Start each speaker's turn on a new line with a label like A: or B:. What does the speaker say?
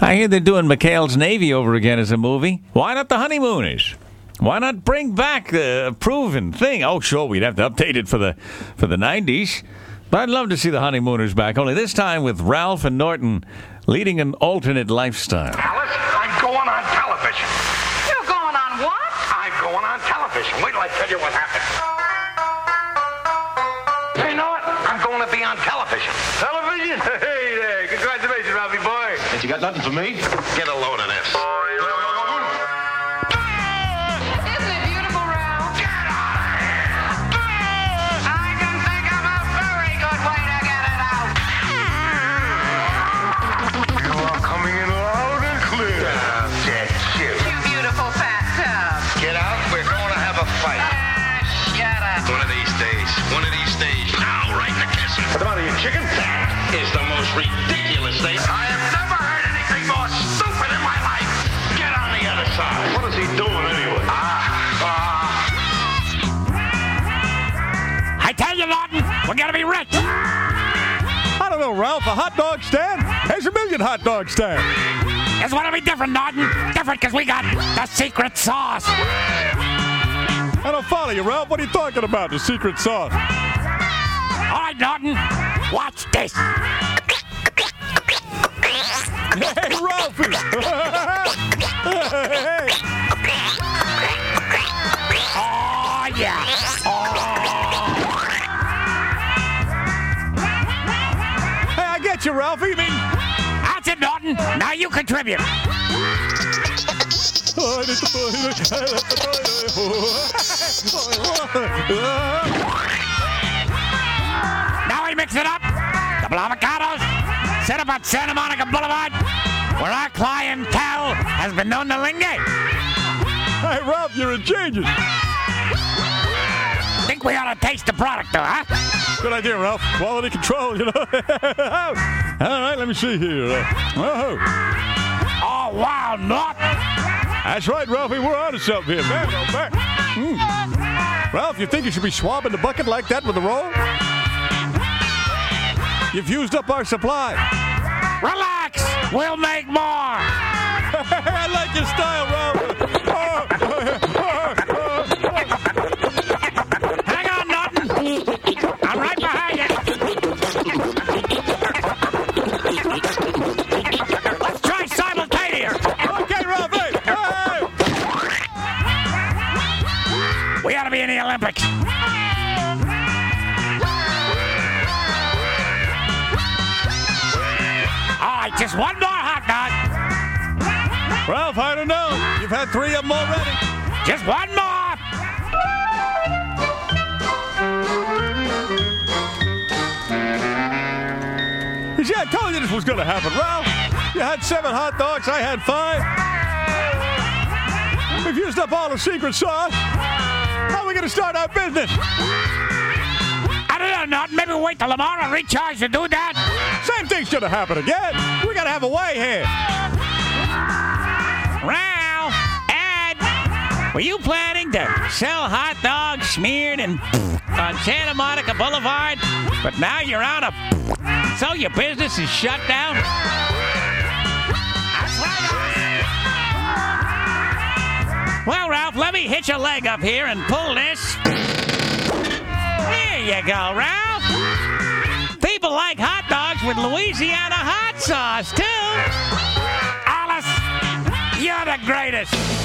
A: I hear they're doing McHale's Navy over again as a movie. Why not The Honeymooners? Why not bring back the proven thing? Oh, sure, we'd have to update it for the for the '90s, but I'd love to see The Honeymooners back. Only this time with Ralph and Norton leading an alternate lifestyle.
B: Alice, I'm going on television.
C: You're going on what?
B: I'm going on television. Wait till I tell you what happened. You know what? I'm going to be on television.
D: Television? Hey there. Congratulations, Robbie boy.
B: Ain't you got nothing for me? Get a load of this.
C: Isn't it beautiful, Ralph?
E: I can think of a very good way to get it out.
D: You are coming in loud and clear.
B: That's you.
E: You beautiful fat tub.
B: Get out. We're going to have a fight.
E: Ah, shut up.
B: One of these days. One of these days. Now, right to kissing. What about you, chicken? That is the most ridiculous thing. I have never heard anything more stupid in my life. Get on the other side. What is he doing anyway? Ah. Ah.
F: I tell you, Lawton, we're gonna be rich.
G: I don't know, Ralph. A hot dog stand? There's a million hot dog stands.
F: It's gonna be different, Norton. Different because we got the secret sauce.
G: I don't follow you, Ralph. What are you talking about? The secret sauce.
F: All right, Norton, watch this.
G: Hey, Ralphie! hey, hey.
F: Oh yeah.
G: Hey, I get you, Ralphie. You mean,
F: That's it, Norton. Now you contribute. Now we mix it up. Double avocados. Set up on Santa Monica Boulevard, where our clientele has been known to linger.
G: hey, Ralph, you're a genius.
F: Think we ought to taste the product, though, huh?
G: Good idea, Ralph. Quality control, you know. All right, let me see here. Oh,
F: Oh wow, Norton.
G: that's right, Ralphie. We're onto something here. Man, go back. Mm. Ralph, you think you should be swabbing the bucket like that with a roll? You've used up our supply.
F: Relax. We'll make more.
G: I like your style, Ralph. Oh,
F: Hang on, Norton. I'm right behind you. Let's try simultaneous.
G: okay, Ralph. Hey, hey.
F: We ought to be in the Olympics. All right, just one more hot dog.
G: Ralph, I don't know. You've had three of them already.
F: Just one more.
G: You see, I told you this was going to happen, Ralph. You had seven hot dogs. I had five. We've used up all the secret sauce. How are we going to start our business?
F: I don't know, Norton. Maybe wait till tomorrow and recharge to do that.
G: Same thing's going to happen again. We got to have a way here.
F: Ralph, Ed, were you planning to sell hot dogs smeared and on Santa Monica Boulevard? But now you're out of. So your business is shut down? That's right, Ralph. Well, Ralph, let me hitch a leg up here and pull this. There you go, Ralph. People like hot dogs with Louisiana hot sauce, too. Alice, you're the greatest.